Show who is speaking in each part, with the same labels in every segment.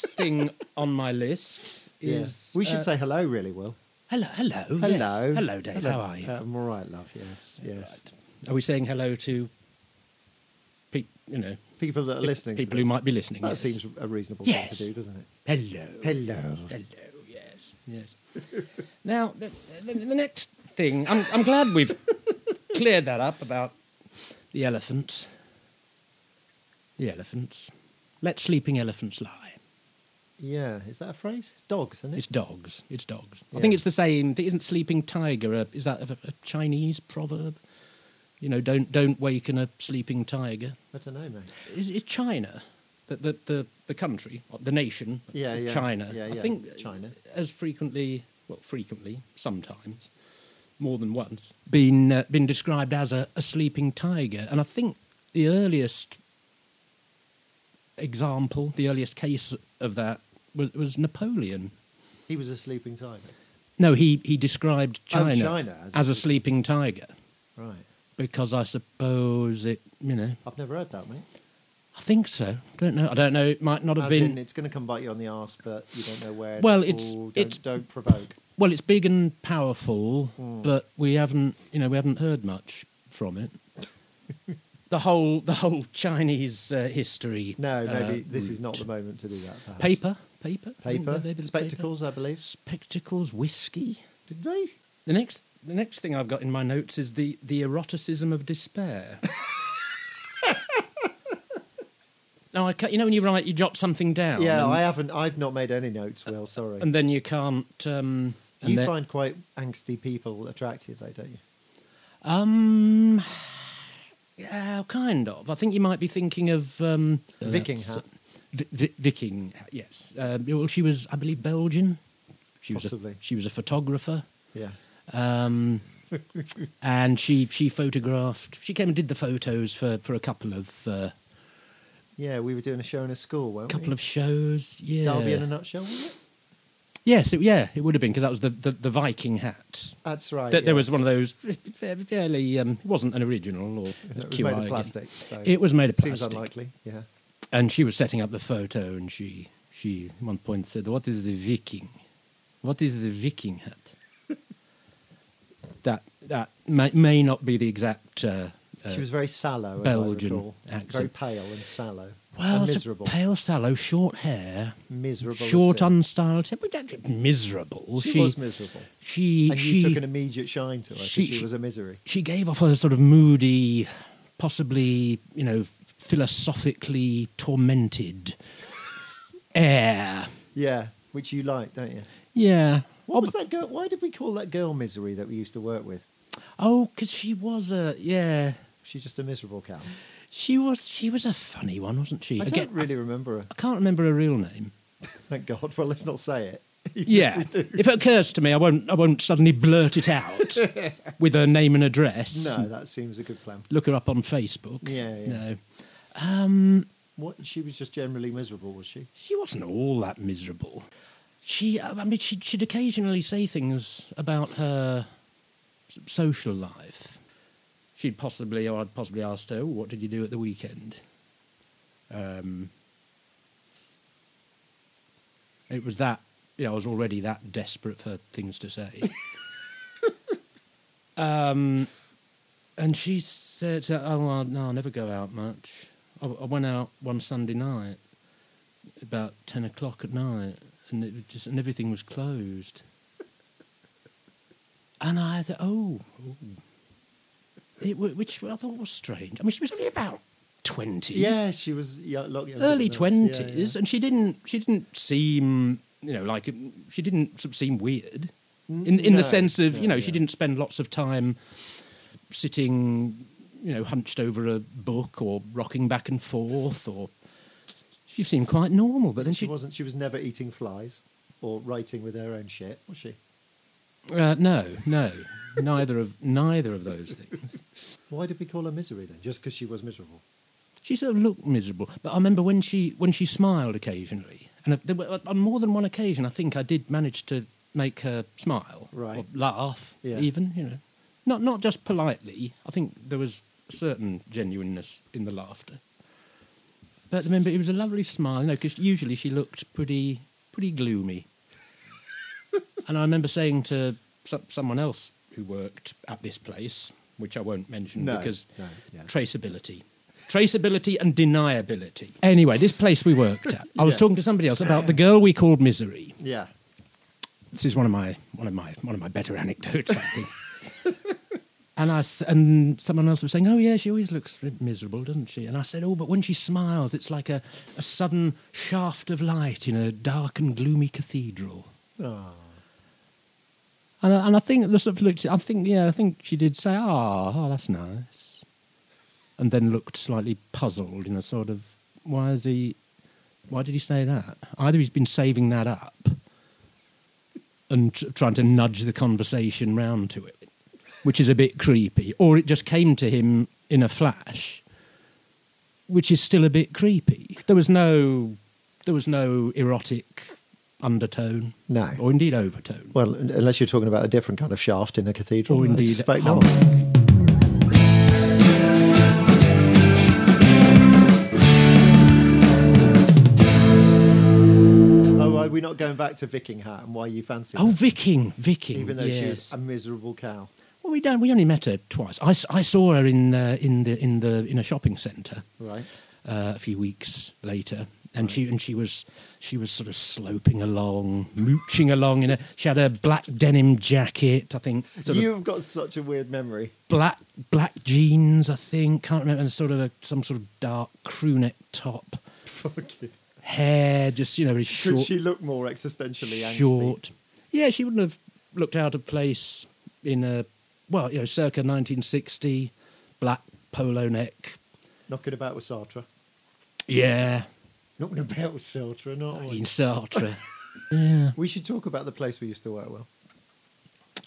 Speaker 1: on my list is.
Speaker 2: We should
Speaker 1: uh,
Speaker 2: say hello, really, Will.
Speaker 1: hello. Hello. Hello.
Speaker 2: Hello.
Speaker 1: Hello, Dave. How are you?
Speaker 2: Uh, I'm all right, love. Yes, yes.
Speaker 1: Are we saying hello to, pe- you know,
Speaker 2: People that are listening. to
Speaker 1: people who
Speaker 2: this.
Speaker 1: might be listening?
Speaker 2: That
Speaker 1: yes.
Speaker 2: seems a reasonable
Speaker 1: Yes.
Speaker 2: thing to do, doesn't it?
Speaker 1: Hello.
Speaker 2: Hello.
Speaker 1: Hello. Yes. Yes. now, the, the, the next thing, I'm, I'm glad we've cleared that up about the elephants. The elephants. Let sleeping elephants lie.
Speaker 2: Yeah. Is that a phrase? It's dogs, isn't it?
Speaker 1: It's dogs. It's dogs. I
Speaker 2: Yeah.
Speaker 1: think it's the same. Isn't sleeping tiger a, is that a, a Chinese proverb? You know, don't don't waken a sleeping tiger.
Speaker 2: I don't know, mate.
Speaker 1: Is, is China the the, the the country, the nation?
Speaker 2: Yeah, yeah.
Speaker 1: China.
Speaker 2: Yeah,
Speaker 1: I
Speaker 2: yeah.
Speaker 1: think
Speaker 2: China.
Speaker 1: as frequently, well, frequently, sometimes, more than once, been uh, been described as a, a sleeping tiger, and I think the earliest example, the earliest case of that was, was Napoleon.
Speaker 2: He was a sleeping tiger.
Speaker 1: No, he, he described
Speaker 2: Oh,
Speaker 1: China,
Speaker 2: China as a
Speaker 1: as a sleeping tiger
Speaker 2: Right.
Speaker 1: because I suppose it, you know,
Speaker 2: I've never heard that, mate.
Speaker 1: I think so. Don't know. I don't know. It might not have
Speaker 2: As
Speaker 1: been.
Speaker 2: in, it's going to come bite you on the arse, but you don't know where.
Speaker 1: Well,
Speaker 2: Ooh,
Speaker 1: it's-
Speaker 2: don't,
Speaker 1: it's-
Speaker 2: don't provoke.
Speaker 1: Well, it's big and powerful,
Speaker 2: Mm.
Speaker 1: but we haven't, you know, we haven't heard much from it. the whole, the whole Chinese uh, history.
Speaker 2: No,
Speaker 1: uh,
Speaker 2: maybe this is not the
Speaker 1: route.
Speaker 2: moment to do that. Perhaps.
Speaker 1: paper, paper, I think
Speaker 2: paper,
Speaker 1: they- they-
Speaker 2: spectacles, I
Speaker 1: paper.
Speaker 2: believe.
Speaker 1: spectacles, whiskey.
Speaker 2: Did they?
Speaker 1: The next, the next thing I've got in my notes is the the eroticism of despair. now I, can't, you know, when you write, you jot something down.
Speaker 2: yeah,
Speaker 1: and,
Speaker 2: I haven't. I've not made any notes. Will, sorry.
Speaker 1: Oh, and then you can't. Um, and
Speaker 2: you
Speaker 1: then-
Speaker 2: find quite angsty people attractive, though, don't you?
Speaker 1: Um, yeah, kind of. I think you might be thinking of um,
Speaker 2: Viking
Speaker 1: uh,
Speaker 2: hat.
Speaker 1: Vi- Vi- Viking, hat, yes. Uh, well, she was, I believe, Belgian. She was
Speaker 2: Possibly.
Speaker 1: A, she was a photographer,
Speaker 2: Yeah.
Speaker 1: um, and she she photographed. She came and did the photos for, for a couple of uh,
Speaker 2: Yeah, we were doing a show in a school, weren't
Speaker 1: couple
Speaker 2: we?
Speaker 1: of shows. Yeah,
Speaker 2: Derby in a nutshell, was it?
Speaker 1: yes, it, yeah, it would have been because that was the, the, the Viking hat.
Speaker 2: That's right.
Speaker 1: There- There was one of those fairly. Um, it wasn't an original or
Speaker 2: It was
Speaker 1: QI
Speaker 2: made of
Speaker 1: again.
Speaker 2: plastic. So
Speaker 1: It was made of plastic.
Speaker 2: seems unlikely. Yeah.
Speaker 1: and she was setting up the photo and she she at one point said what is the viking what is the viking hat that that may, may not be the exact uh, uh,
Speaker 2: She was very sallow. as I
Speaker 1: Belgian
Speaker 2: recall.
Speaker 1: accent.
Speaker 2: Very pale and sallow.
Speaker 1: well
Speaker 2: and
Speaker 1: it's a
Speaker 2: miserable.
Speaker 1: pale sallow short hair
Speaker 2: miserable. as
Speaker 1: short
Speaker 2: sin.
Speaker 1: unstyled we don't- miserable
Speaker 2: She, was miserable.
Speaker 1: she
Speaker 2: And
Speaker 1: she,
Speaker 2: you took an immediate shine to her. 'cause
Speaker 1: she-
Speaker 2: She,
Speaker 1: she-
Speaker 2: was a misery.
Speaker 1: she gave off a sort of moody possibly you know philosophically tormented air
Speaker 2: Yeah, which you like, don't you?
Speaker 1: yeah
Speaker 2: What was
Speaker 1: Ob-
Speaker 2: that girl? Why did we call that girl misery that we used to work with?
Speaker 1: Oh, because she was a yeah,
Speaker 2: She's just a miserable cow.
Speaker 1: she was she was a funny one, wasn't she?
Speaker 2: I
Speaker 1: Again,
Speaker 2: don't really remember her.
Speaker 1: I can't remember her real name.
Speaker 2: Thank God. Well, let's not say it.
Speaker 1: Yeah, if it occurs to me, I won't I won't suddenly blurt it out with her name and address.
Speaker 2: No, that seems a good plan.
Speaker 1: Look her up on Facebook.
Speaker 2: Yeah, yeah.
Speaker 1: No,
Speaker 2: What? She was just generally miserable, was she?
Speaker 1: she wasn't all that miserable. She, I mean, she'd, she'd occasionally say things about her s- social life. She'd possibly, or I'd possibly asked her, "Oh, "What did you do at the weekend?" Um, it was that. You know, I was already that desperate for things to say. um, and she said, "Oh, well, no, I never go out much. I, I went out one Sunday night." about ten o'clock at night, and it was just and everything was closed. And I thought, oh, oh. It, wa- which I thought was strange. I mean, she was only about twenty,
Speaker 2: Yeah, she was yo- a lot younger
Speaker 1: early
Speaker 2: than us.
Speaker 1: twenties,
Speaker 2: Yeah,
Speaker 1: and she didn't she didn't seem you know like she didn't sort of seem weird in in
Speaker 2: Mm, No,
Speaker 1: the sense of you
Speaker 2: no,
Speaker 1: know she
Speaker 2: yeah.
Speaker 1: didn't spend lots of time sitting you know hunched over a book or rocking back and forth or she seemed quite normal. But then
Speaker 2: yeah.
Speaker 1: she,
Speaker 2: She wasn't. She was never eating flies or writing with her own shit, was she?
Speaker 1: Uh, no, no, neither of neither of those things.
Speaker 2: Why did we call her misery then? Just because she was miserable?
Speaker 1: She sort of looked miserable, but I remember when she when she smiled occasionally, and there were, on more than one occasion, I think I did manage to make her smile, or
Speaker 2: Right.
Speaker 1: laugh,
Speaker 2: Yeah.
Speaker 1: even you know, not not just politely. I think there was a certain genuineness in the laughter. But I remember it was a lovely smile, you know, because usually she looked pretty pretty gloomy. and I remember saying to so- someone else who worked at this place, which I won't mention
Speaker 2: No,
Speaker 1: because
Speaker 2: no, yeah.
Speaker 1: traceability. Traceability and deniability. Anyway, this place we worked at. I was
Speaker 2: Yeah.
Speaker 1: talking to somebody else about the girl we called Misery.
Speaker 2: Yeah.
Speaker 1: This is one of my one of my one of my better anecdotes, I think. and I s- and someone else was saying, "Oh yeah, she always looks ri- miserable, doesn't she?" And I said, "Oh, but when she smiles, it's like a, a sudden shaft of light in a dark and gloomy cathedral."
Speaker 2: Oh.
Speaker 1: And I, and I think the sort of looked. I think yeah, I think she did say, "Ah, oh, that's nice," and then looked slightly puzzled in a sort of, "Why is he? Why did he say that? Either he's been saving that up and tr- trying to nudge the conversation round to it, which is a bit creepy, or it just came to him in a flash, which is still a bit creepy. There was no, there was no erotic undertone,
Speaker 2: No.
Speaker 1: or indeed overtone."
Speaker 2: Well, un- unless you're talking about a different kind of shaft in a cathedral.
Speaker 1: Or
Speaker 2: I
Speaker 1: indeed
Speaker 2: suspect
Speaker 1: hump.
Speaker 2: not. Oh, are we not going back to Viking Hat and why you fancy
Speaker 1: Oh,
Speaker 2: her,
Speaker 1: Viking, Viking.
Speaker 2: even though
Speaker 1: yes.
Speaker 2: she was a miserable cow?
Speaker 1: Well, we don't. We only met her twice. I, s- I saw her in uh, in the in the in a shopping centre
Speaker 2: Right.
Speaker 1: uh, a few weeks later, and she and she was she was sort of sloping along, mooching along in a. She had a black denim jacket, I think. Sort of
Speaker 2: You've got such a weird memory.
Speaker 1: black black jeans, I think. Can't remember. And sort of a, some sort of dark crew neck top,
Speaker 2: Fuck you.
Speaker 1: hair just you know really
Speaker 2: Could
Speaker 1: short.
Speaker 2: she look more existentially angsty?
Speaker 1: short. Yeah, she wouldn't have looked out of place in a well, you know, circa 1960, black polo neck.
Speaker 2: Knocking about with Sartre.
Speaker 1: Yeah,
Speaker 2: Knocking about with Sartre, not
Speaker 1: in Sartre. yeah.
Speaker 2: We should talk about the place we used to work well,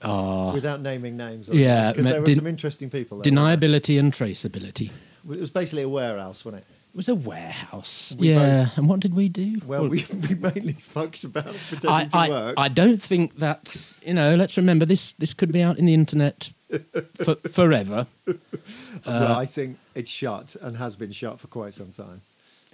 Speaker 1: Ah,
Speaker 2: without naming names.
Speaker 1: Yeah,
Speaker 2: because
Speaker 1: ma-
Speaker 2: there were
Speaker 1: den-
Speaker 2: some interesting people. There, weren't
Speaker 1: deniability and traceability.
Speaker 2: there? It was basically a warehouse, wasn't it?
Speaker 1: It was a warehouse.
Speaker 2: We
Speaker 1: yeah, and what did we do?
Speaker 2: Well, we, we mainly fucked about pretending
Speaker 1: I,
Speaker 2: to
Speaker 1: I,
Speaker 2: work.
Speaker 1: I don't think that's you know. Let's remember this. This could be out in the internet for, forever. Uh,
Speaker 2: well, I think it's shut and has been shut for quite some time.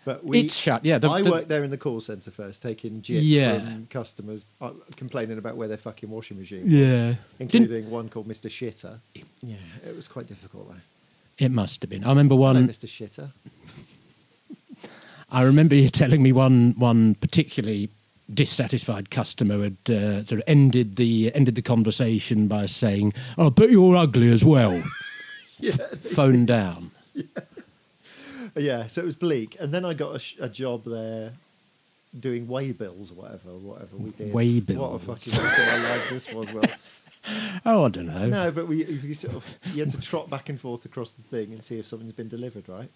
Speaker 2: But we,
Speaker 1: it's shut. Yeah, the-
Speaker 2: I
Speaker 1: the-
Speaker 2: worked there in the call centre first, taking gin
Speaker 1: Yeah.
Speaker 2: from customers, uh, complaining about where their fucking washing machine, was,
Speaker 1: Yeah, Didn't-
Speaker 2: including one called Mister Shitter. Yeah, it was quite difficult though.
Speaker 1: it must have been. I remember one.
Speaker 2: Hello, Mister Shitter.
Speaker 1: I remember you telling me one one particularly dissatisfied customer had uh, sort of ended the ended the conversation by saying, "Oh, I bet you're ugly as well."
Speaker 2: Yeah,
Speaker 1: Phone down.
Speaker 2: yeah. So it was bleak, and then I got a, sh- a job there. Doing weigh bills or whatever, whatever we did.
Speaker 1: Weigh
Speaker 2: What a
Speaker 1: bills.
Speaker 2: fucking waste of our lives this was. Well,
Speaker 1: Oh, I don't know.
Speaker 2: No, but we you sort of you had to trot back and forth across the thing and see if something's been delivered, right?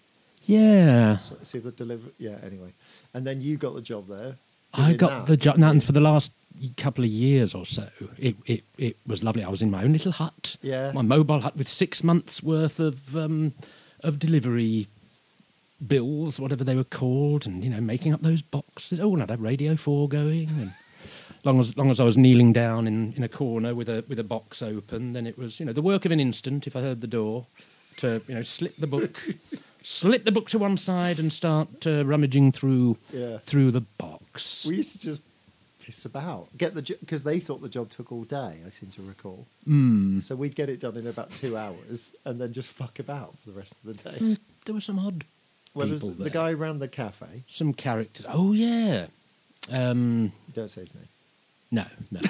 Speaker 1: Yeah,
Speaker 2: So, see if the deliver. Yeah, anyway, and then you got the job there.
Speaker 1: I
Speaker 2: doing
Speaker 1: got
Speaker 2: that.
Speaker 1: the job, and for the last couple of years or so, it, it it was lovely. I was in my own little hut.
Speaker 2: Yeah.
Speaker 1: my mobile hut with six months worth of um, of delivery bills, whatever they were called, and you know, making up those boxes. Oh, and I'd have Radio Four going, and long as long as I was kneeling down in, in a corner with a with a box open, then it was you know the work of an instant. If I heard the door, to you know slip the book, slip the book to one side and start uh, rummaging through
Speaker 2: Yeah.
Speaker 1: through the box.
Speaker 2: We used to just piss about, get the because they thought the job took all day. I seem to recall.
Speaker 1: Hmm.
Speaker 2: So we'd get it done in about two hours, and then just fuck about for the rest of the day.
Speaker 1: There were some odd
Speaker 2: well, there was
Speaker 1: Hmm. people
Speaker 2: the
Speaker 1: there.
Speaker 2: guy ran the cafe.
Speaker 1: some characters. Oh yeah, um,
Speaker 2: Don't say his name.
Speaker 1: no, no.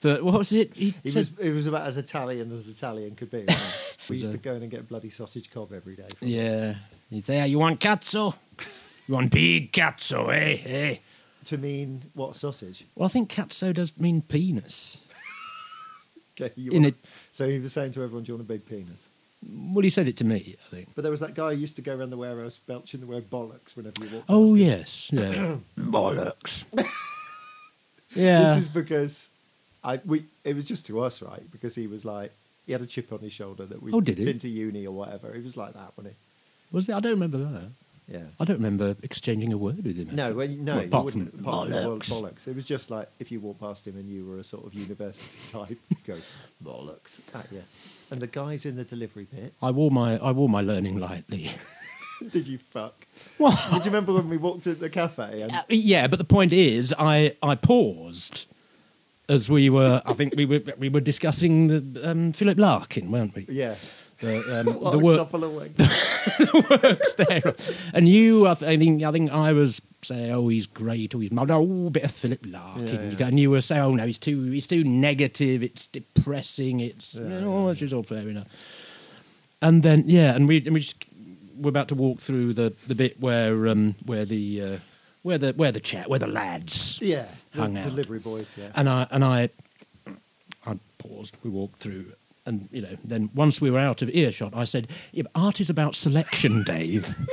Speaker 1: but what was it? He
Speaker 2: He
Speaker 1: said-
Speaker 2: was it was about as Italian as Italian could be. wasn't he? we
Speaker 1: Was
Speaker 2: used
Speaker 1: a-
Speaker 2: to go in and get bloody sausage cob every day. from
Speaker 1: yeah. He'd say, "Ah, "You want cazzo? You want big cazzo? Eh, eh."
Speaker 2: to mean what sausage?
Speaker 1: Well, I think cazzo does mean penis.
Speaker 2: Okay, you
Speaker 1: In
Speaker 2: are-
Speaker 1: it-
Speaker 2: So he was saying to everyone, "Do you want a big penis?"
Speaker 1: Well, he said it to me, I think.
Speaker 2: But there was that guy who used to go around the warehouse belching the word bollocks whenever you walked.
Speaker 1: Oh
Speaker 2: past him.
Speaker 1: yes, yeah. bollocks. yeah,
Speaker 2: This is because I we it was just to us, right? Because he was like he had a chip on his shoulder that we
Speaker 1: Oh,
Speaker 2: had
Speaker 1: did he?
Speaker 2: been to uni or whatever. He was like that, wasn't
Speaker 1: was it? I don't remember that.
Speaker 2: he? Yeah.
Speaker 1: I don't remember exchanging a word with him.
Speaker 2: No,
Speaker 1: actually.
Speaker 2: when you- no,
Speaker 1: Well,
Speaker 2: you
Speaker 1: apart
Speaker 2: wouldn't-
Speaker 1: from
Speaker 2: apart from the word
Speaker 1: bollocks.
Speaker 2: bollocks. It was just like if you walked past him and you were a sort of university type, you go bollocks. That, yeah. And the guys in the delivery bit,
Speaker 1: I wore my I wore my learning lightly.
Speaker 2: Did you fuck?
Speaker 1: Well,
Speaker 2: Did you remember when we walked into the cafe and
Speaker 1: Uh, yeah, but the point is, I, I paused as we were. I think we were we were discussing the um, Philip Larkin, weren't we?
Speaker 2: yeah,
Speaker 1: The, um,
Speaker 2: what
Speaker 1: the
Speaker 2: a
Speaker 1: work
Speaker 2: couple of weeks.
Speaker 1: works there, and you. I, th- I think I think I was saying, oh, he's great, or he's mild. Oh, a bit of Philip Larkin.
Speaker 2: Yeah, yeah.
Speaker 1: You go- And you were saying, oh no, he's too he's too negative. It's depressing. It's
Speaker 2: Yeah,
Speaker 1: you know, which is all fair enough. And then yeah, and we and we just we're about to walk through the, the bit where um, where the uh, where the where the chat where the lads
Speaker 2: yeah, the
Speaker 1: Hung out.
Speaker 2: delivery boys. Yeah,
Speaker 1: and I and I I paused. We walked through, and you know, then once we were out of earshot, I said, yeah, but "Art is about selection, Dave."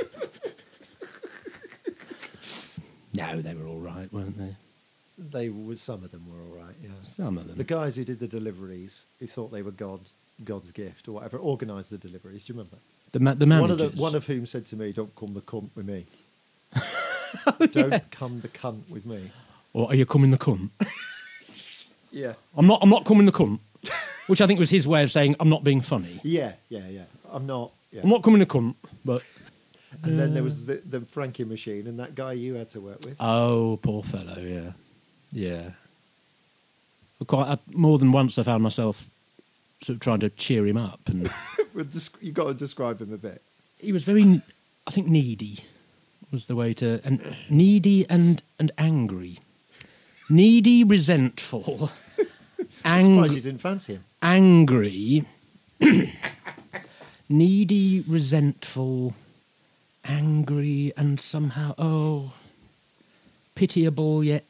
Speaker 1: no, they were all right, weren't they?
Speaker 2: they were. Some of them were all right. Yeah,
Speaker 1: Some of them.
Speaker 2: the guys who did the deliveries who thought they were God, God's gift or whatever, organised the deliveries. Do you remember?
Speaker 1: the ma- the managers.
Speaker 2: One of the, one of whom said to me, "Don't come the cunt with me.
Speaker 1: Oh,
Speaker 2: Don't come the cunt with me."
Speaker 1: or are you coming the cunt?
Speaker 2: Yeah,
Speaker 1: I'm not. I'm not coming the cunt, which I think was his way of saying I'm not being funny.
Speaker 2: yeah, yeah, yeah. I'm not. Yeah.
Speaker 1: I'm not coming the cunt, but
Speaker 2: And then there
Speaker 1: Uh.
Speaker 2: was the, the Frankie machine and that guy you had to work with.
Speaker 1: Oh, poor fellow. Yeah, yeah. Well, Quite I, more than once, I found myself sort of trying to cheer him up, and
Speaker 2: With this- you got to describe him a bit.
Speaker 1: he was very, I think, needy was the way to, and needy and and angry, needy, resentful,
Speaker 2: I'm surprised you
Speaker 1: angry,
Speaker 2: didn't fancy him.
Speaker 1: angry, needy, resentful, angry, and somehow oh, pitiable yet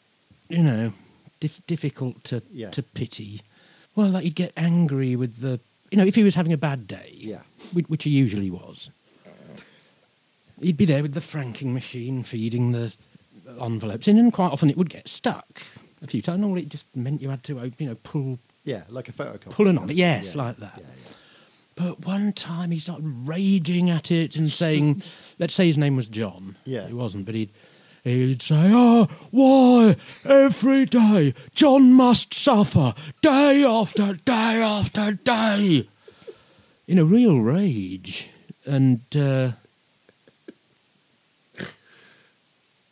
Speaker 1: you know dif- difficult to
Speaker 2: Yeah.
Speaker 1: to pity. Well, like you'd get angry with the you know if he was having a bad day,
Speaker 2: Yeah.
Speaker 1: which, which he usually was. He'd be there with the franking machine feeding the envelopes in, and quite often it would get stuck. A few times, normally it just meant you had to, uh, you know, pull
Speaker 2: Yeah, like a photocopy.
Speaker 1: pulling on it. Yes,
Speaker 2: Yeah,
Speaker 1: like that.
Speaker 2: yeah, yeah.
Speaker 1: But one time he started raging at it and saying, let's say his name was John.
Speaker 2: Yeah.
Speaker 1: He wasn't, but he'd, he'd say, oh, why every day John must suffer day after day after day in a real rage. And, uh,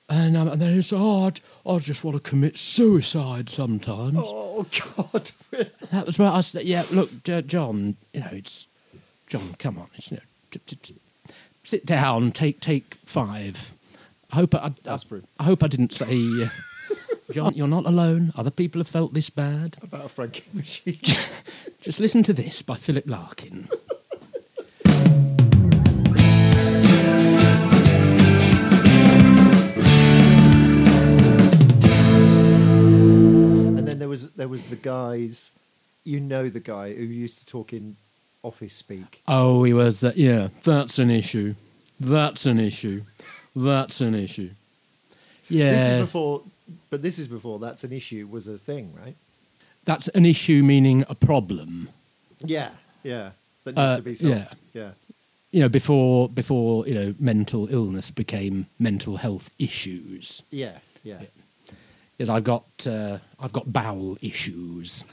Speaker 1: and, um, and then it's, oh, I, I just want to commit suicide sometimes.
Speaker 2: Oh God!
Speaker 1: That was where I said, yeah, look, J- John, you know, it's John, come on, it's you know, t- t- t- sit down, take take five. I hope I, I,
Speaker 2: That's brilliant.
Speaker 1: I hope I didn't say, uh, John, you're not alone. Other people have felt this bad.
Speaker 2: About a franking machine.
Speaker 1: Just listen to this by Philip Larkin.
Speaker 2: and then there was there was the guys. You know the guy who used to talk in office speak.
Speaker 1: Oh, he was that. Yeah, that's an issue. That's an issue. That's an issue. Yeah,
Speaker 2: This is before, but this is before that's an issue was a thing, right?
Speaker 1: that's an issue meaning a problem.
Speaker 2: Yeah, yeah. That needs
Speaker 1: Uh,
Speaker 2: to be solved.
Speaker 1: yeah.
Speaker 2: yeah.
Speaker 1: you know before before you know mental illness became mental health issues
Speaker 2: Yeah, yeah.
Speaker 1: is i've got uh, i've got bowel issues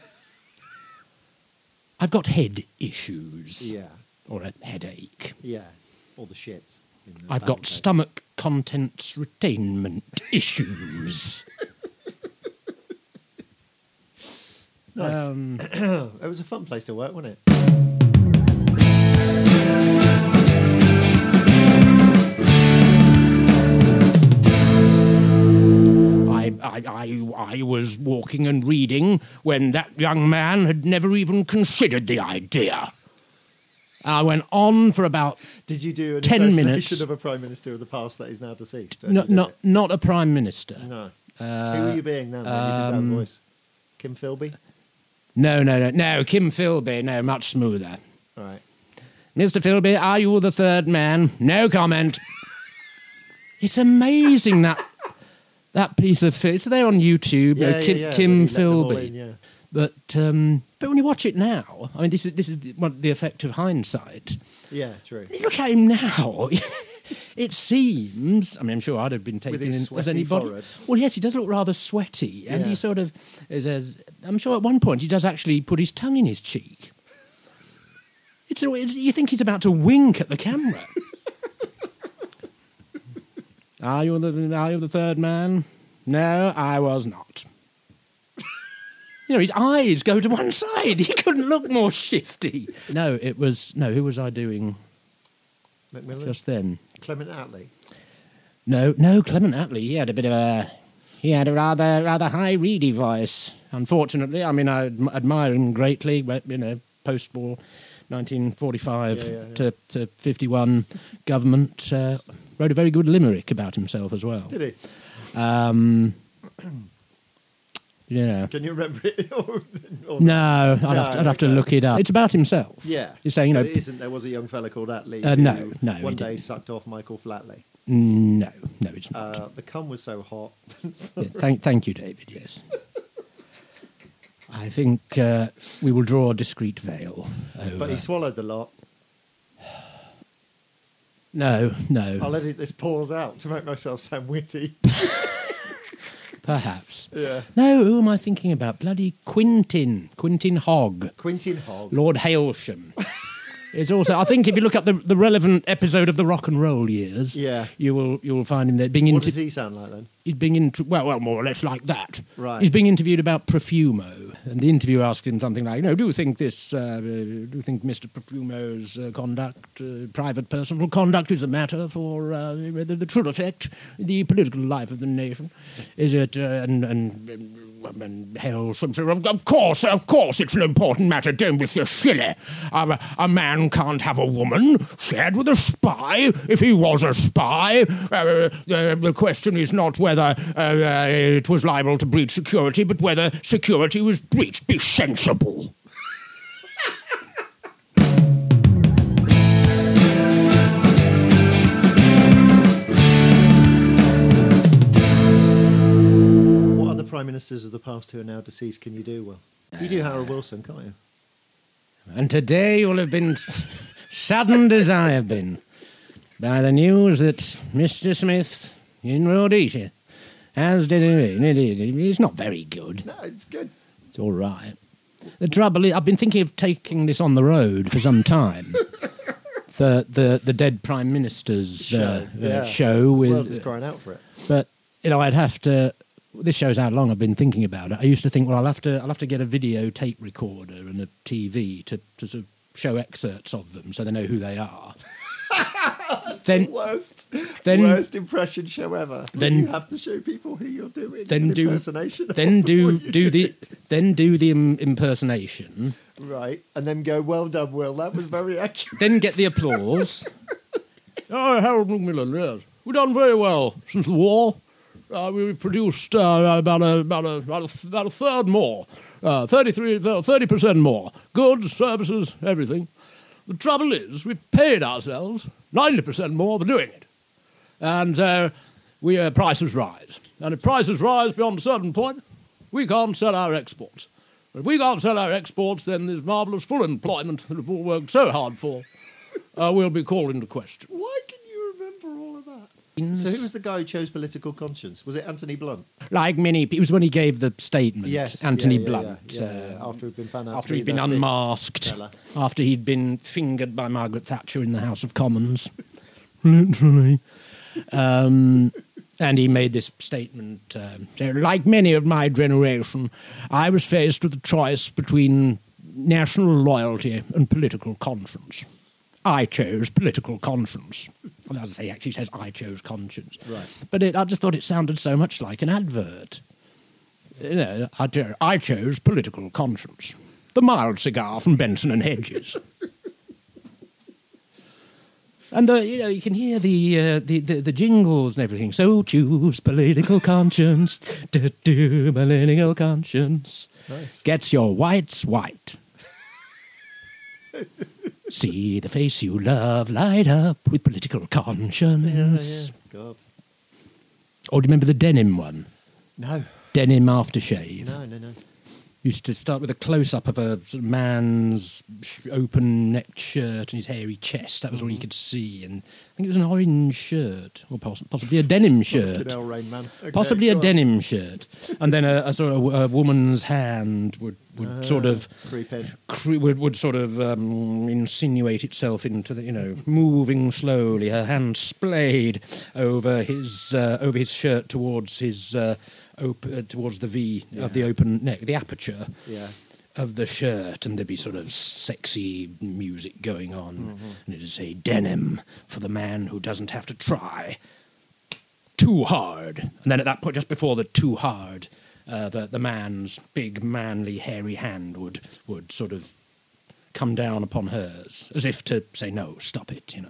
Speaker 1: i've got head issues
Speaker 2: Yeah,
Speaker 1: or a headache
Speaker 2: yeah. All the shit. in the
Speaker 1: i've got
Speaker 2: bank.
Speaker 1: stomach contents retainment issues
Speaker 2: Nice.
Speaker 1: um,
Speaker 2: it was a fun place to work, wasn't it?
Speaker 1: I, I, I, I was walking and reading when that young man had never even considered the idea i went on for about
Speaker 2: Did you do an
Speaker 1: 10
Speaker 2: investigation
Speaker 1: minutes.
Speaker 2: of a prime minister of the past that is now deceased? Did you
Speaker 1: No, Uh,
Speaker 2: do
Speaker 1: not
Speaker 2: it?
Speaker 1: not a prime minister.
Speaker 2: no. Who were you being then when you
Speaker 1: um,
Speaker 2: did that voice? Kim Philby.
Speaker 1: No, no, no, no. Kim Philby, no, much smoother.
Speaker 2: All right.
Speaker 1: Mr. Philby, are you the third man? No comment. it's amazing that that piece of fi- it's there on YouTube. uh, Kim, Kim
Speaker 2: when he let them all
Speaker 1: Philby.
Speaker 2: in, yeah.
Speaker 1: But um, but when you watch it now, I mean, this is this is the, one, the effect of hindsight.
Speaker 2: yeah, true.
Speaker 1: You Look at him now. it seems. I mean, I'm sure I'd have been
Speaker 2: With
Speaker 1: taken
Speaker 2: his
Speaker 1: in as
Speaker 2: sweaty
Speaker 1: anybody.
Speaker 2: forehead.
Speaker 1: Well, yes, he does look rather sweaty, and
Speaker 2: Yeah.
Speaker 1: he sort of is as. I'm sure at one point he does actually put his tongue in his cheek. It's, a- it's you think he's about to wink at the camera. Are you the Are you the third man? No, I was not. you know, his eyes go to one side. He couldn't look more shifty. No, it was no. Who was I doing
Speaker 2: Macmillan,
Speaker 1: just then?
Speaker 2: Clement Attlee.
Speaker 1: No, no, Clement Attlee. He had a bit of a, he had a rather, rather high, reedy voice. Unfortunately, I mean, I ad- admire him greatly, but you know, post-war, 1945
Speaker 2: Yeah, yeah, yeah.
Speaker 1: To, to 51 government uh, wrote a very good limerick about himself as well.
Speaker 2: Did he?
Speaker 1: Um, yeah.
Speaker 2: Can you remember it? or, or
Speaker 1: No, I'd, have to, I'd have to
Speaker 2: okay.
Speaker 1: look it up. It's about himself.
Speaker 2: Yeah.
Speaker 1: He's saying, you know,
Speaker 2: But it isn't there was a young fella called Attlee.
Speaker 1: Uh,
Speaker 2: who
Speaker 1: no, no, he
Speaker 2: One day
Speaker 1: didn't.
Speaker 2: sucked off Michael Flatley.
Speaker 1: no, no, it's not.
Speaker 2: Uh, the cum was so hot.
Speaker 1: Yeah, thank, thank you, David. Yes. I think uh, we will draw a discreet veil over.
Speaker 2: But he swallowed the lot.
Speaker 1: no, no,
Speaker 2: I'll edit this pause out to make myself sound witty.
Speaker 1: perhaps.
Speaker 2: Yeah.
Speaker 1: No, who am I thinking about? Bloody Quintin, Quintin Hogg,
Speaker 2: Quintin Hogg.
Speaker 1: Lord Hailsham. Is also, I think, if you look up the, the relevant episode of the rock and roll years,
Speaker 2: Yeah.
Speaker 1: you will you will find him there being
Speaker 2: What
Speaker 1: into,
Speaker 2: does he sound like then?
Speaker 1: he's being inter- well, well, more or less like that.
Speaker 2: Right.
Speaker 1: He's being interviewed about Profumo, and the interviewer asks him something like, "You know, do you think this? Uh, uh, do you think Mr. Profumo's uh, conduct, uh, private personal conduct, is a matter for uh, the, the true effect, the political life of the nation? Is it? Uh, and and." um, And hell, some sort of of course, of course, it's an important matter. Don't be so silly. Um, a man can't have a woman shared with a spy if he was a spy. Uh, the, the question is not whether uh, uh, it was liable to breach security, but whether security was breached. Be sensible.
Speaker 2: What other prime ministers of the past who are now deceased can you do well? You do Harold Wilson, can't you?
Speaker 1: And today you'll have been saddened as I have been by the news that Mr. Smith in Rhodesia has designated. It's not very good.
Speaker 2: No, it's good.
Speaker 1: It's all right. The trouble is, I've been thinking of taking this on the road for some time. the, the the dead prime minister's uh,
Speaker 2: Show, yeah.
Speaker 1: uh, show with,
Speaker 2: The world is crying out for it.
Speaker 1: but you know, I'd have to. This shows how long I've been thinking about it. I used to think, well, I'll have to, I'll have to get a video tape recorder and a TV to, to sort of show excerpts of them, so they know who they are. then,
Speaker 2: Worst,
Speaker 1: Then-
Speaker 2: worst impression show ever.
Speaker 1: Then-
Speaker 2: Then you have to show people who you're doing.
Speaker 1: Then
Speaker 2: an
Speaker 1: do-
Speaker 2: impersonation. of
Speaker 1: then do
Speaker 2: before you
Speaker 1: do the then do the Im- impersonation.
Speaker 2: right, and then go. Well done, Will. That was very accurate.
Speaker 1: Then get the applause. oh, Harold Macmillan, yes. We've done very well since the war. Uh, we produced uh, about, a, about, a, about, a, th- about a third more, uh, 33, 30% more. Goods, services, everything. The trouble is, we paid ourselves 90% more for doing it. And uh, we, uh, prices rise. And if prices rise beyond a certain point, we can't sell our exports. If we can't sell our exports, then this marvellous full employment that we've all worked so hard for uh, will be called into question.
Speaker 2: Why can you remember all of that? So who was the guy who chose political conscience? Was it Anthony Blunt?
Speaker 1: Like many, it was when he gave the statement,
Speaker 2: Yes,
Speaker 1: Anthony
Speaker 2: yeah, yeah,
Speaker 1: Blunt,
Speaker 2: yeah, yeah,
Speaker 1: uh,
Speaker 2: yeah, After he'd been found out to
Speaker 1: after
Speaker 2: be
Speaker 1: he'd been
Speaker 2: the fifth
Speaker 1: unmasked,
Speaker 2: fella.
Speaker 1: after he'd been fingered by Margaret Thatcher in the House of Commons, literally. Um, and he made this statement um, so, like many of my generation, I was faced with a choice between national loyalty and political conscience. I chose political conscience. Well, as I say, he actually says I chose conscience.
Speaker 2: Right.
Speaker 1: But it, I just thought it sounded so much like an advert. You know, I, cho- I chose political conscience. The mild cigar from Benson and Hedges. And the, you know you can hear the, uh, the, the the jingles and everything. So choose political conscience, do do political conscience.
Speaker 2: Nice.
Speaker 1: Gets your whites white. See the face you love light up with political conscience.
Speaker 2: God.
Speaker 1: Or do you remember the denim one?
Speaker 2: No,
Speaker 1: Denim aftershave.
Speaker 2: no, no, no.
Speaker 1: Used to start with a close up of a sort of man's sh- open necked shirt and his hairy chest. That was all
Speaker 2: Mm-hmm.
Speaker 1: you could see. And I think it was an orange shirt, or poss- possibly a denim shirt.
Speaker 2: Rain Man. Okay,
Speaker 1: Possibly a
Speaker 2: go on.
Speaker 1: denim shirt. And then a, a sort of a woman's hand would would
Speaker 2: Ah.
Speaker 1: sort of
Speaker 2: creep in.
Speaker 1: cre- would, would sort of um, insinuate itself into the you know moving slowly, her hand splayed over his uh, over his shirt towards his uh, op- uh, towards the V of the open neck, the aperture
Speaker 2: Yeah.
Speaker 1: of the shirt, and there'd be sort of sexy music going on, and it'd say denim for the man who doesn't have to try too hard. And then at that point, just before the too hard, uh, the, the man's big, manly, hairy hand would, would sort of come down upon hers, as if to say, no, stop it, you know.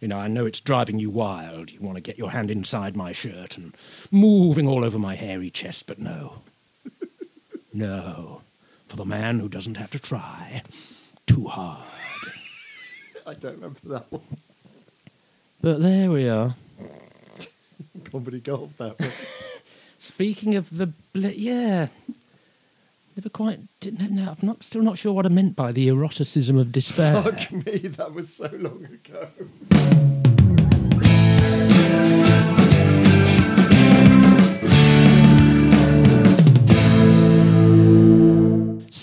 Speaker 1: You know, I know it's driving you wild. You want to get your hand inside my shirt and moving all over my hairy chest, but no. no. For the man who doesn't have to try too hard.
Speaker 2: I don't remember that one.
Speaker 1: But there we are.
Speaker 2: Comedy gold, that one.
Speaker 1: Speaking of the bl- yeah, never quite. Didn't, no, I'm not still not sure what I meant by the eroticism of despair.
Speaker 2: Fuck me, that was so long ago.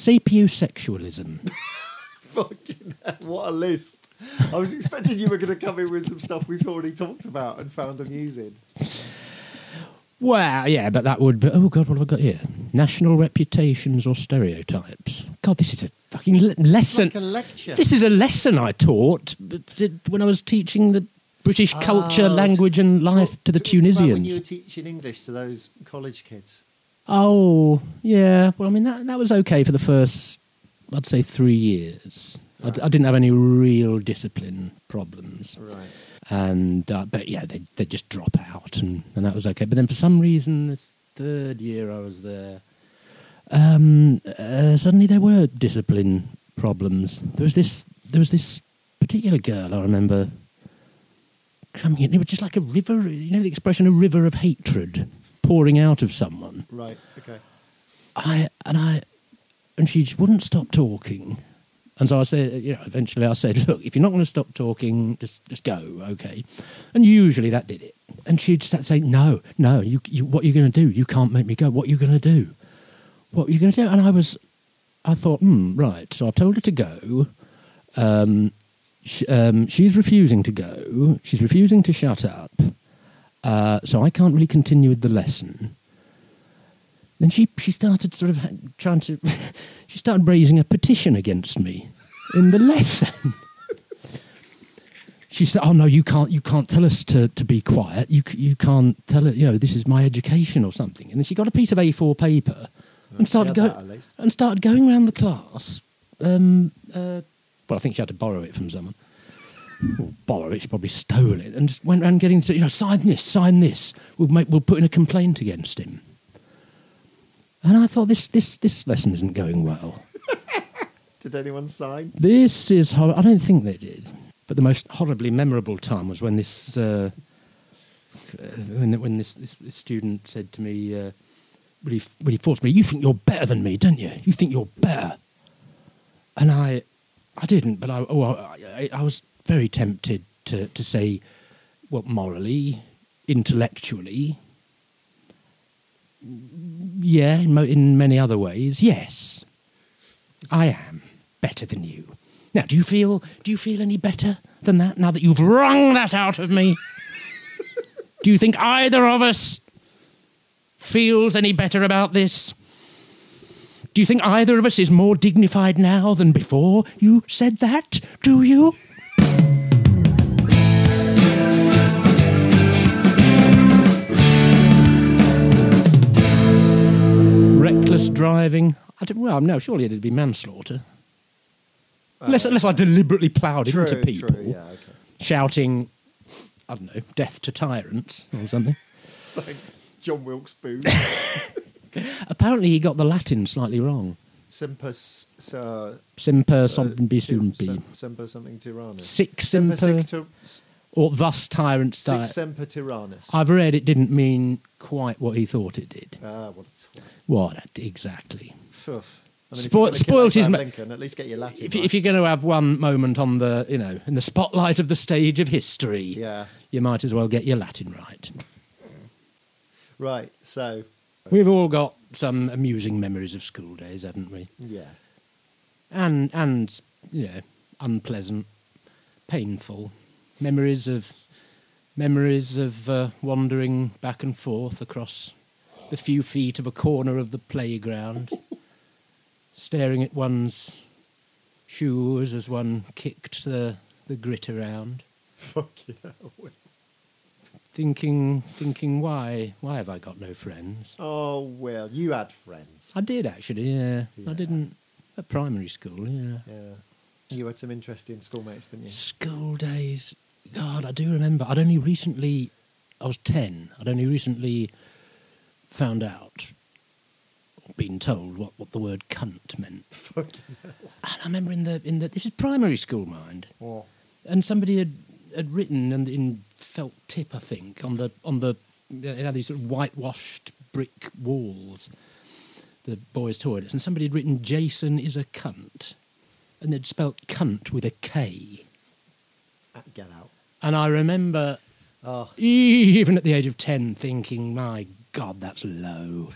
Speaker 1: Sapiosexualism.
Speaker 2: Fucking hell, what a list. I was expecting you were going to come in with some stuff we've already talked about and found amusing.
Speaker 1: Well, yeah, but that would. Be, oh God, what have I got here? National reputations or stereotypes. God, this is a fucking le-
Speaker 2: It's
Speaker 1: lesson.
Speaker 2: like a lecture.
Speaker 1: this is a lesson I taught b- did- when I was teaching the British culture,
Speaker 2: Oh,
Speaker 1: language, and life
Speaker 2: Talk-
Speaker 1: to the
Speaker 2: talk about When
Speaker 1: Tunisians.
Speaker 2: you were teaching English to those college kids.
Speaker 1: Oh, yeah. Well, I mean, that, that was okay for the first, I'd say, three years. I, d- I didn't have any real discipline problems.
Speaker 2: Right.
Speaker 1: And, uh, but yeah, they, they just drop out, and, and that was okay. But then for some reason, the third year I was there, um, uh, suddenly there were discipline problems. There was this, there was this particular girl I remember coming in. It was just like a river, you know, the expression, a river of hatred pouring out of someone.
Speaker 2: Right. Okay.
Speaker 1: I and I and she just wouldn't stop talking. And so I said, you know, eventually I said, look, if you're not going to stop talking, just just go, okay. And usually that did it. And she'd start saying, no, no, you, you what are you going to do? You can't make me go. What are you going to do? What are you going to do? And I was, I thought, hmm, right. So I've told her to go. Um, sh- um, she's refusing to go. She's refusing to shut up. Uh, so I can't really continue with the lesson. Then she she started sort of ha- trying to she started raising a petition against me in the lesson. she said, "Oh no, you can't you can't tell us to, to be quiet. You c- you can't tell it. You know this is my education or something." And then she got a piece of A4 paper and started
Speaker 2: Yeah,
Speaker 1: going
Speaker 2: that at least.
Speaker 1: and started going around the class. Um, uh, well, I think she had to borrow it from someone. Or borrow it, she probably stole it, and just went around getting, you know, sign this, sign this. We'll, make, we'll put in a complaint against him. And I thought, this, this, this lesson isn't going well.
Speaker 2: Did anyone sign?
Speaker 1: This is hor- I don't think they did. But the most horribly memorable time was when this uh, uh, when, when this, this, this student said to me, uh, really, really forced me. You think you're better than me, don't you? You think you're better. And I, I didn't. But I, oh, I, I, I was very tempted to to say, well, morally, intellectually, yeah, in, mo- in many other ways, yes. I am better than you. Now, do you feel do you feel any better than that now that you've wrung that out of me? do you think either of us feels any better about this? Do you think either of us is more dignified now than before you said that? Do you? Reckless driving. I don't, well, no, surely it'd be manslaughter. Unless, unless I deliberately ploughed into people,
Speaker 2: True, yeah, okay.
Speaker 1: shouting, I don't know, death to tyrants or something.
Speaker 2: Thanks, John Wilkes Booth.
Speaker 1: Apparently, he got the Latin slightly wrong.
Speaker 2: Simpus. Uh,
Speaker 1: Semper sombi
Speaker 2: sim-
Speaker 1: sumpi.
Speaker 2: sim- Semper something tyrannus.
Speaker 1: Sic semper,
Speaker 2: Sic tu- s-
Speaker 1: or thus tyrants die.
Speaker 2: Sic semper tyrannus.
Speaker 1: I've read it didn't mean quite what he thought it did.
Speaker 2: Ah, what a twat.
Speaker 1: What exactly?
Speaker 2: Phew. I mean, if
Speaker 1: Spoil-
Speaker 2: you're gonna kill
Speaker 1: spoiled his
Speaker 2: Abraham
Speaker 1: ma-
Speaker 2: Lincoln, at least get your Latin.
Speaker 1: If, you-
Speaker 2: right.
Speaker 1: if you're going to have one moment on the, you know, in the spotlight of the stage of history,
Speaker 2: yeah.
Speaker 1: you might as well get your Latin right.
Speaker 2: Right. So,
Speaker 1: We've all got some amusing memories of school days, haven't we?
Speaker 2: Yeah.
Speaker 1: And and you know, unpleasant, painful memories of memories of uh, wandering back and forth across the few feet of a corner of the playground, staring at one's shoes as one kicked the the grit around,
Speaker 2: Fuck yeah.
Speaker 1: thinking thinking why why have I got no friends?
Speaker 2: Oh, well, you had friends.
Speaker 1: I did actually, yeah.
Speaker 2: Yeah.
Speaker 1: I didn't at primary school, yeah.
Speaker 2: Yeah. You had some interesting schoolmates, didn't you?
Speaker 1: School days. God, I do remember. I'd only recently I was ten. I'd only recently found out or been told what, what the word cunt meant. And I remember in the in the this is primary school mind.
Speaker 2: Oh.
Speaker 1: and somebody had, had written and in felt tip, I think, on the on the it had these sort of whitewashed brick walls, the boys' toilets, and somebody had written "Jason is a cunt," and they'd spelt "cunt" with a K.
Speaker 2: Ah, Get out.
Speaker 1: And I remember, e-,
Speaker 2: Oh,
Speaker 1: even at the age of ten, thinking, "My God, that's low."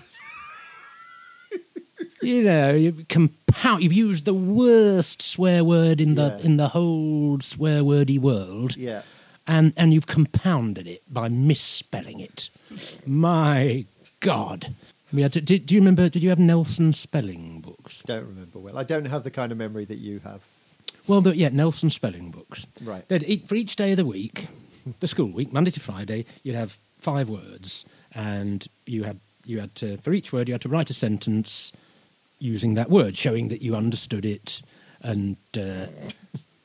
Speaker 1: you know, you've, compound, you've used the worst swear word in the
Speaker 2: Yeah.
Speaker 1: in the whole swear wordy world
Speaker 2: yeah.
Speaker 1: and and you've compounded it by misspelling it. My God! We had to, did, do you remember? Did you have Nelson spelling books?
Speaker 2: Don't remember well. I don't have the kind of memory that you have.
Speaker 1: Well, the, yeah, Nelson spelling books.
Speaker 2: Right.
Speaker 1: They'd eat, for each day of the week, the school week, Monday to Friday, you'd have five words, and you had you had to for each word you had to write a sentence using that word, showing that you understood it, and uh,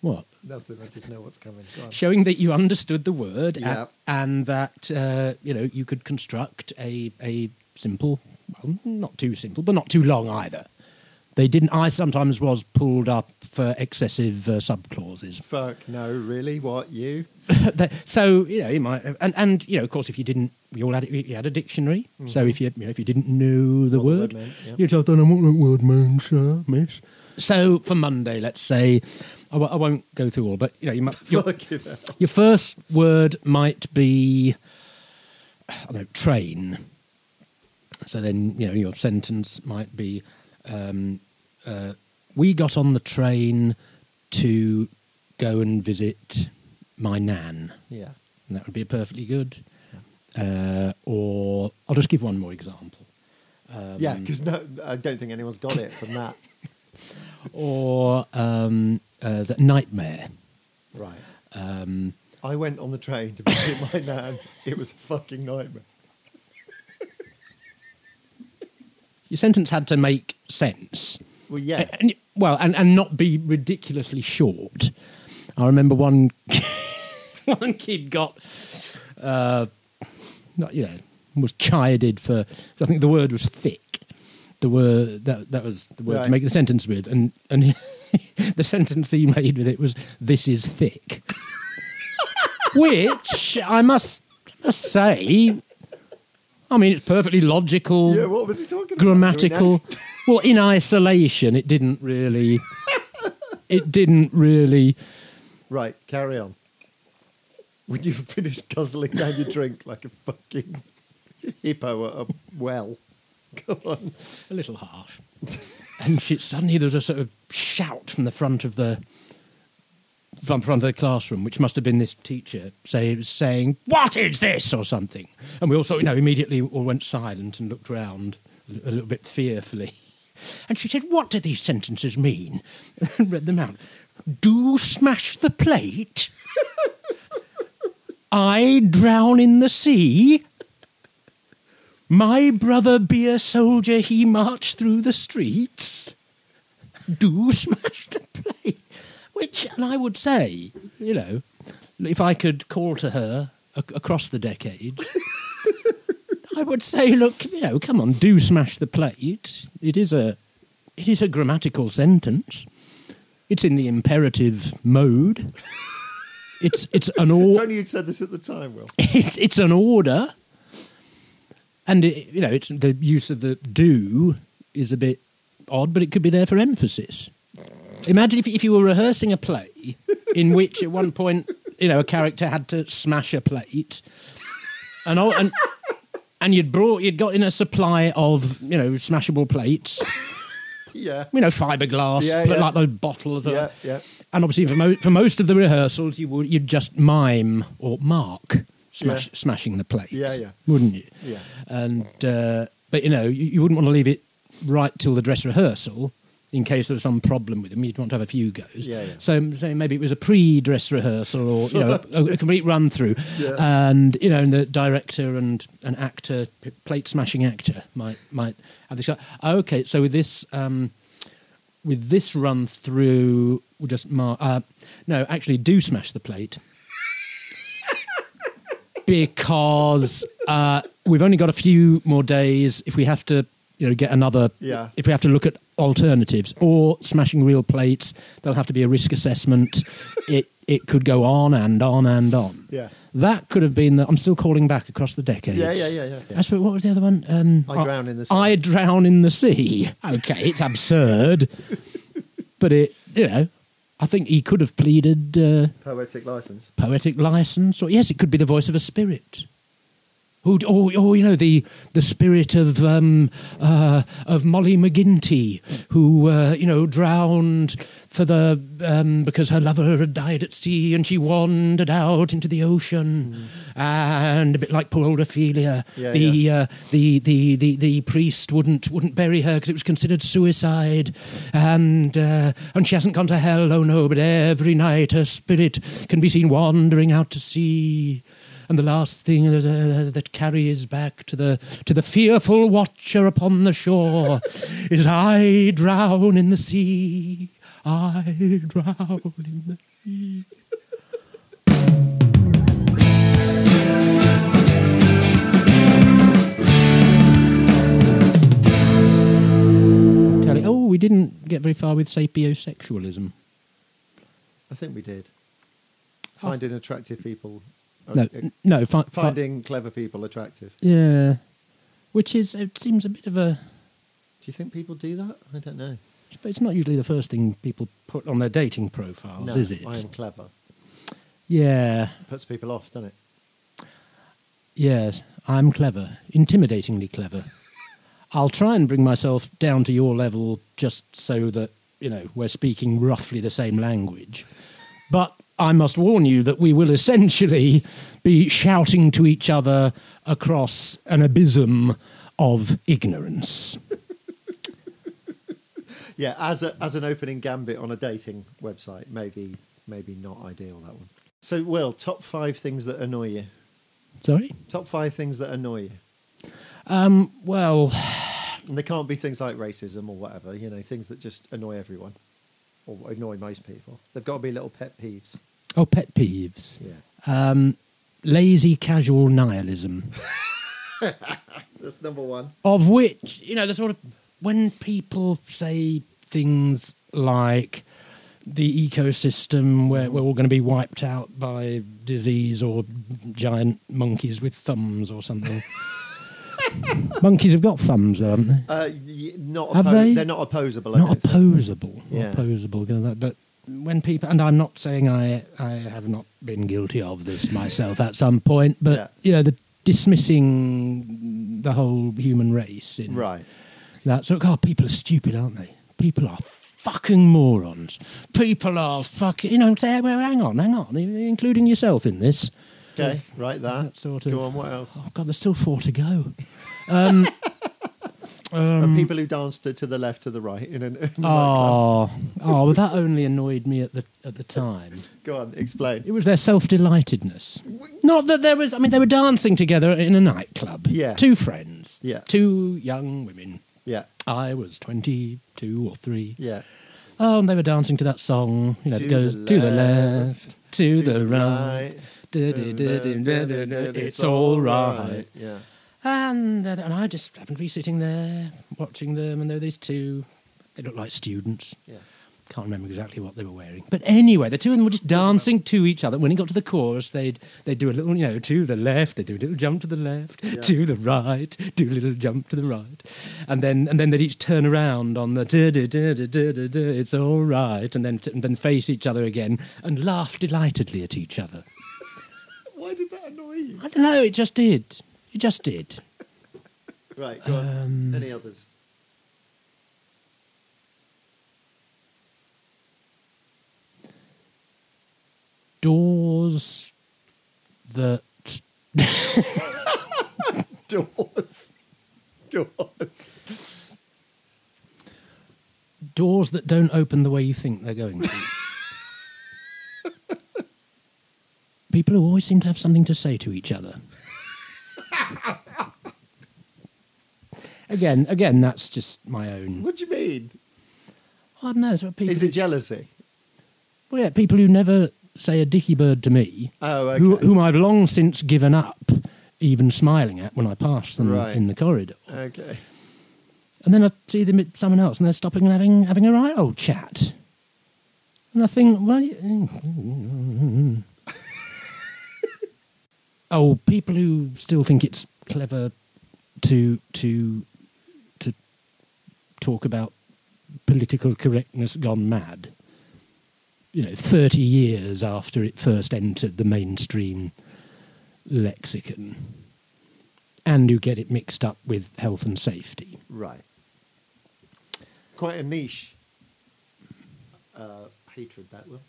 Speaker 1: what
Speaker 2: Nothing. I just know what's coming. Go on.
Speaker 1: showing that you understood the word a-
Speaker 2: Yeah.
Speaker 1: and that uh, you know you could construct a a simple, well, not too simple, but not too long either. They didn't. I sometimes was pulled up for excessive uh, subclauses.
Speaker 2: Fuck, no, really? What, you?
Speaker 1: That- so you know you might and and you know of course if you didn't we all had you had a dictionary so if you, you know, if you didn't know the
Speaker 2: Mm-hmm. What the
Speaker 1: word,
Speaker 2: word meant, yeah.
Speaker 1: you'd have done what that word means sir miss so for monday let's say I w- I won't go through all but you know you might your,
Speaker 2: Fucking hell.
Speaker 1: your first word might be I don't know train so then you know your sentence might be um, uh, we got on the train to go and visit my nan
Speaker 2: Yeah.
Speaker 1: and that would be perfectly good. Uh, or I'll just give one more example.
Speaker 2: Yeah, 'cause yeah, because no, I don't think anyone's got it from that.
Speaker 1: Or um, uh, is it nightmare?
Speaker 2: right.
Speaker 1: Um,
Speaker 2: I went on the train to visit my nan. It was a fucking nightmare.
Speaker 1: your sentence had to make sense.
Speaker 2: Well, yeah.
Speaker 1: And, well, and, and not be ridiculously short. I remember one one kid got, uh, not, you know, was chided for. I think the word was thick. The word that that was the word
Speaker 2: Right.
Speaker 1: to make the sentence with, and and the sentence he made with it was "This is thick," which I must say, I mean, it's perfectly logical
Speaker 2: Yeah, what was he talking
Speaker 1: grammatical.
Speaker 2: about?
Speaker 1: Well, in isolation, it didn't really. It didn't really.
Speaker 2: Right, carry on. When you finish guzzling down your drink like a fucking hippo at a well. Come on.
Speaker 1: A little harsh. And she, suddenly there was a sort of shout from the front of the from front of the classroom, which must have been this teacher say, saying, "What is this?" or something. And we all sort of, you know, immediately all went silent and looked round a little bit fearfully. And she said, "What do these sentences mean?" and read them out. Do smash the plate. I drown in the sea. My brother be a soldier, he marched through the streets. Do smash the plate. Which, and I would say, you know, if I could call to her ac- across the decades, I would say, look, you know, come on, do smash the plate. It is a, it is a grammatical sentence. It's in the imperative mode. It's it's an
Speaker 2: If
Speaker 1: or
Speaker 2: only you'd said this at the time, Will.
Speaker 1: it's it's an order, and it, you know it's the use of the do is a bit odd, but it could be there for emphasis. Imagine if if you were rehearsing a play in which at one point you know a character had to smash a plate, and all, and and you'd brought you'd got in a supply of you know smashable plates,
Speaker 2: Yeah.
Speaker 1: you know fiberglass,
Speaker 2: Yeah,
Speaker 1: pl-
Speaker 2: yeah.
Speaker 1: like those bottles. uh,
Speaker 2: Yeah, yeah.
Speaker 1: And obviously for, mo- for most of the rehearsals, you would you'd just mime or mark smash,
Speaker 2: Yeah.
Speaker 1: smashing the plate.
Speaker 2: Yeah, yeah.
Speaker 1: Wouldn't you?
Speaker 2: Yeah.
Speaker 1: And uh, but you know you, you wouldn't want to leave it right till the dress rehearsal. In case there was some problem with them, you'd want to have a few goes.
Speaker 2: Yeah, yeah.
Speaker 1: So, so maybe it was a pre-dress rehearsal, or you know, a, a complete run through,
Speaker 2: Yeah.
Speaker 1: and you know, and the director and an actor, plate smashing actor, might might have this. Okay, so with this, um, with this run through, we'll just mark. Uh, no, actually, do smash the plate because uh, we've only got a few more days. If we have to, you know, get another.
Speaker 2: Yeah.
Speaker 1: If we have to look at alternatives or smashing real plates, there'll have to be a risk assessment. it it could go on and on and on.
Speaker 2: Yeah.
Speaker 1: That could have been the I'm still calling back across the decades.
Speaker 2: Yeah, yeah, yeah, yeah.
Speaker 1: As for what was the other one? Um,
Speaker 2: I drown in the sea.
Speaker 1: I drown in the sea. Okay, it's absurd, but it you know, I think he could have pleaded uh,
Speaker 2: Poetic license.
Speaker 1: poetic license, or yes, it could be the voice of a spirit. Who, or, or you know the the spirit of um, uh, of Molly McGinty, who uh, you know drowned for the um, because her lover had died at sea and she wandered out into the ocean, and a bit like poor old Ophelia,
Speaker 2: Mm. Yeah,
Speaker 1: the
Speaker 2: yeah.
Speaker 1: uh, the, the, the, the priest wouldn't wouldn't bury her because it was considered suicide, and uh, and she hasn't gone to hell. Oh no! But every night her spirit can be seen wandering out to sea, and the last thing that, uh, that carries back to the to the fearful watcher upon the shore is I drown in the sea. I drown in the Tell it- Oh, we didn't get very far with sapiosexualism.
Speaker 2: I think we did. Finding attractive people.
Speaker 1: Oh. No,
Speaker 2: Uh,
Speaker 1: no, fi- fi-
Speaker 2: Finding clever people attractive.
Speaker 1: Yeah, which is it seems a bit of a.
Speaker 2: Do you think people do that? I don't know.
Speaker 1: But it's not usually the first thing people put on their dating profiles,
Speaker 2: no,
Speaker 1: is it?
Speaker 2: I am clever.
Speaker 1: Yeah.
Speaker 2: Puts people off, doesn't it?
Speaker 1: Yes, I'm clever, intimidatingly clever. I'll try and bring myself down to your level just so that, you know, we're speaking roughly the same language. But I must warn you that we will essentially be shouting to each other across an abysm of ignorance.
Speaker 2: Yeah, as a, as an opening gambit on a dating website, maybe maybe not ideal that one. So, Will, top five things that annoy you.
Speaker 1: Sorry?
Speaker 2: Top five things that annoy you.
Speaker 1: Um, well,
Speaker 2: And they can't be things like racism or whatever, you know, things that just annoy everyone or annoy most people. They've got to be little pet peeves.
Speaker 1: oh, pet peeves.
Speaker 2: Yeah.
Speaker 1: Um, lazy casual nihilism.
Speaker 2: That's number one.
Speaker 1: of which you know the sort of when people say things like the ecosystem where we're all going to be wiped out by disease or giant monkeys with thumbs or something. monkeys have got thumbs, though, haven't they?
Speaker 2: Uh, y- not
Speaker 1: Have
Speaker 2: oppo-
Speaker 1: they?
Speaker 2: They're not opposable. I
Speaker 1: not
Speaker 2: don't think.
Speaker 1: opposable,
Speaker 2: Yeah.
Speaker 1: not opposable. you know, that- But when people, and I'm not saying I, I have not been guilty of this myself at some point, but
Speaker 2: Yeah.
Speaker 1: you know, the dismissing the whole human race in
Speaker 2: Right.
Speaker 1: That's look. Oh, people are stupid, aren't they? People are fucking morons. People are fucking. You know what I'm saying? Well, hang on, hang on, including yourself in this.
Speaker 2: Okay. Right. That.
Speaker 1: That sort of-
Speaker 2: Go on. What else?
Speaker 1: Oh God, there's still four to go. um,
Speaker 2: and people who dance to, to the left, to the right. In an, in a nightclub.
Speaker 1: Oh, oh, well, that only annoyed me at the at the time.
Speaker 2: Go on. Explain.
Speaker 1: It was their self delightedness. Not that there was. I mean, they were dancing together in a nightclub.
Speaker 2: Yeah.
Speaker 1: Two friends.
Speaker 2: Yeah.
Speaker 1: Two young women.
Speaker 2: Yeah.
Speaker 1: I was twenty-two or three.
Speaker 2: Yeah.
Speaker 1: Oh, and they were dancing to that song. You know,
Speaker 2: To
Speaker 1: it goes
Speaker 2: the
Speaker 1: to the
Speaker 2: left,
Speaker 1: left, to,
Speaker 2: To
Speaker 1: the right. Du- du- du- du- du- du- du- It's all right.
Speaker 2: Yeah.
Speaker 1: And, they're there- and I just happened to be sitting there watching them, and there were these two. They looked like students.
Speaker 2: Yeah.
Speaker 1: Can't remember exactly what they were wearing. But anyway, the two of them were just dancing to each other. When it got to the chorus, they'd, they'd do a little, you know, to the left, they'd do a little jump to the left, to the right, do a little jump to the right. And then, and then they'd each turn around on the, "Du- du- du- du- du- du- du, it's all right, and then, and then face each other again and laugh delightedly at each other.
Speaker 2: Why did that annoy you?
Speaker 1: I don't know. It just did. It just did.
Speaker 2: Right, go on.
Speaker 1: Um,
Speaker 2: Any others?
Speaker 1: doors that
Speaker 2: Doors. Go on.
Speaker 1: doors that don't open the way you think they're going to. People who always seem to have something to say to each other. again, again, that's just my own.
Speaker 2: What do you mean?
Speaker 1: I don't know. It's what people,
Speaker 2: Is it jealousy?
Speaker 1: well, yeah, people who never say a dicky bird to me,
Speaker 2: Oh, okay.
Speaker 1: who, whom I've long since given up even smiling at when I pass them
Speaker 2: Right.
Speaker 1: in the corridor.
Speaker 2: Okay.
Speaker 1: And then I see them at someone else, and they're stopping and having having a right old chat. And I think, well, you- oh, people who still think it's clever to to to talk about political correctness gone mad. You know, thirty years after it first entered the mainstream lexicon, and who get it mixed up with health and safety.
Speaker 2: Right. Quite a niche uh, hatred, that will.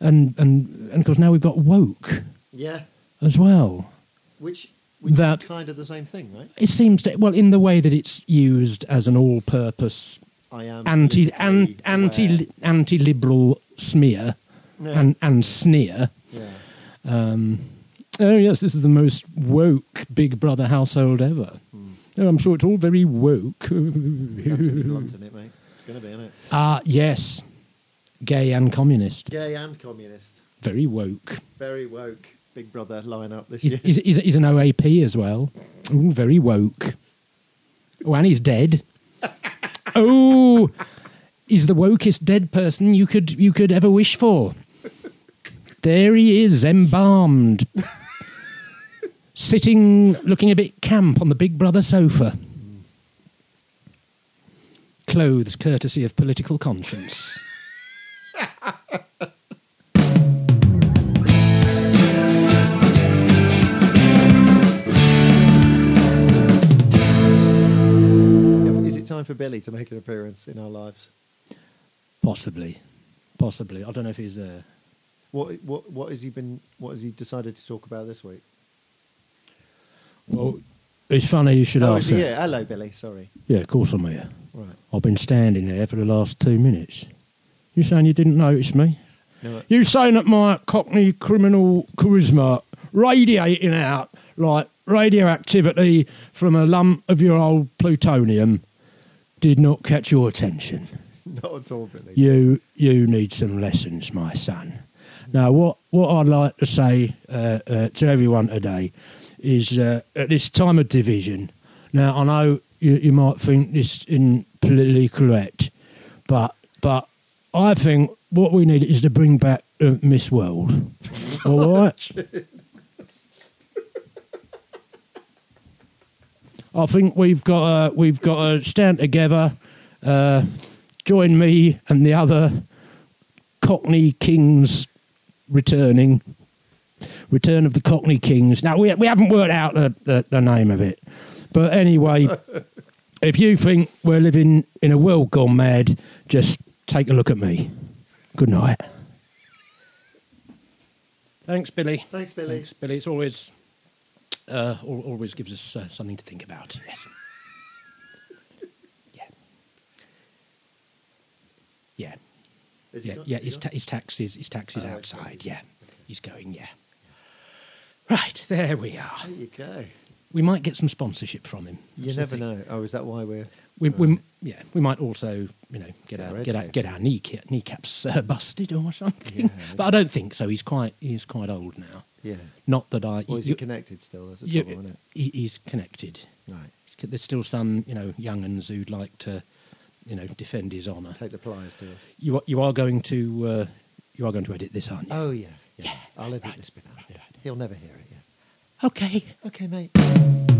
Speaker 1: and and and of course now we've got woke
Speaker 2: Yeah.
Speaker 1: as well.
Speaker 2: Which, which
Speaker 1: That-
Speaker 2: is kind of the same thing, right?
Speaker 1: It seems to well in the way that it's used as an all-purpose
Speaker 2: I am.
Speaker 1: anti
Speaker 2: politically
Speaker 1: an, anti
Speaker 2: aware.
Speaker 1: anti liberal smear
Speaker 2: Yeah.
Speaker 1: and and sneer.
Speaker 2: Yeah.
Speaker 1: Oh yes, this is the most woke Big Brother household ever.
Speaker 2: Hmm.
Speaker 1: Oh, I'm sure it's all very woke.
Speaker 2: You have to be blunt in it, mate. It's going to be, isn't it?
Speaker 1: Ah yes, gay and communist,
Speaker 2: Gay and communist.
Speaker 1: very woke.
Speaker 2: Very woke. Big Brother line up this
Speaker 1: He's,
Speaker 2: year.
Speaker 1: he's, he's, he's an OAP as well. Ooh, very woke. Oh, and he's dead. oh, he's the wokest dead person you could you could ever wish for. There he is, embalmed, sitting, looking a bit camp on the Big Brother sofa. Clothes courtesy of political conscience.
Speaker 2: Is it time for Billy to make an appearance in our lives?
Speaker 1: Possibly, possibly. I don't know if he's uh, there.
Speaker 2: What what what has he been? What has he decided to talk about this week?
Speaker 1: Well, it's funny you should
Speaker 2: oh,
Speaker 1: ask.
Speaker 2: is he
Speaker 1: that.
Speaker 2: here? Hello, Billy. Sorry.
Speaker 1: Yeah, of course I'm here.
Speaker 2: Right.
Speaker 1: I've been standing there for the last two minutes. You saying you didn't notice me?
Speaker 2: No,
Speaker 1: You saying that my Cockney criminal charisma radiating out like radioactivity from a lump of your old plutonium did not catch your attention.
Speaker 2: not at all, Billy.
Speaker 1: You you need some lessons, my son. Now, what what I'd like to say uh, uh, to everyone today is uh, at this time of division. Now, I know you, you might think this isn't politically correct, but but I think what we need is to bring back uh, Miss World. All right. I think we've got to, we've got to stand together. Uh, join me and the other Cockney Kings returning. Return of the Cockney Kings. Now we we haven't worked out the, the, the name of it, but anyway, if you think we're living in a world gone mad, just take a look at me. Good night. Thanks, Billy.
Speaker 2: Thanks, Billy.
Speaker 1: Thanks, Billy. It's always uh, al- always gives us uh, something to think about. Yes. yeah. Yeah.
Speaker 2: Has he
Speaker 1: Yeah.
Speaker 2: got-
Speaker 1: Yeah.
Speaker 2: has he
Speaker 1: His,
Speaker 2: got-
Speaker 1: ta- his tax is his tax is
Speaker 2: Oh, I see.
Speaker 1: outside. Yeah. He's going. Yeah. Right there we are.
Speaker 2: There you go.
Speaker 1: We might get some sponsorship from him.
Speaker 2: You
Speaker 1: That's the
Speaker 2: never
Speaker 1: thing.
Speaker 2: know. Oh, is that why we're?
Speaker 1: We, we, yeah, we might also, you know, get
Speaker 2: Yeah,
Speaker 1: our
Speaker 2: red
Speaker 1: get our,
Speaker 2: tape.
Speaker 1: get our knee kneecaps uh, busted or something.
Speaker 2: Yeah,
Speaker 1: but I don't think so. He's quite he's quite old now.
Speaker 2: Yeah.
Speaker 1: Not that I.
Speaker 2: Or is
Speaker 1: you-
Speaker 2: he connected still? That's a
Speaker 1: you-
Speaker 2: problem, isn't
Speaker 1: he- he's connected.
Speaker 2: it? Right.
Speaker 1: There's still some, you know, younguns who'd like to, you know, defend his honour.
Speaker 2: Take the pliers to us.
Speaker 1: You are, you are going to uh, you are going to edit this, aren't you?
Speaker 2: Oh yeah. Yeah. I'll edit this bit out. yeah. He'll never hear it. Yeah.
Speaker 1: Okay.
Speaker 2: Okay, mate.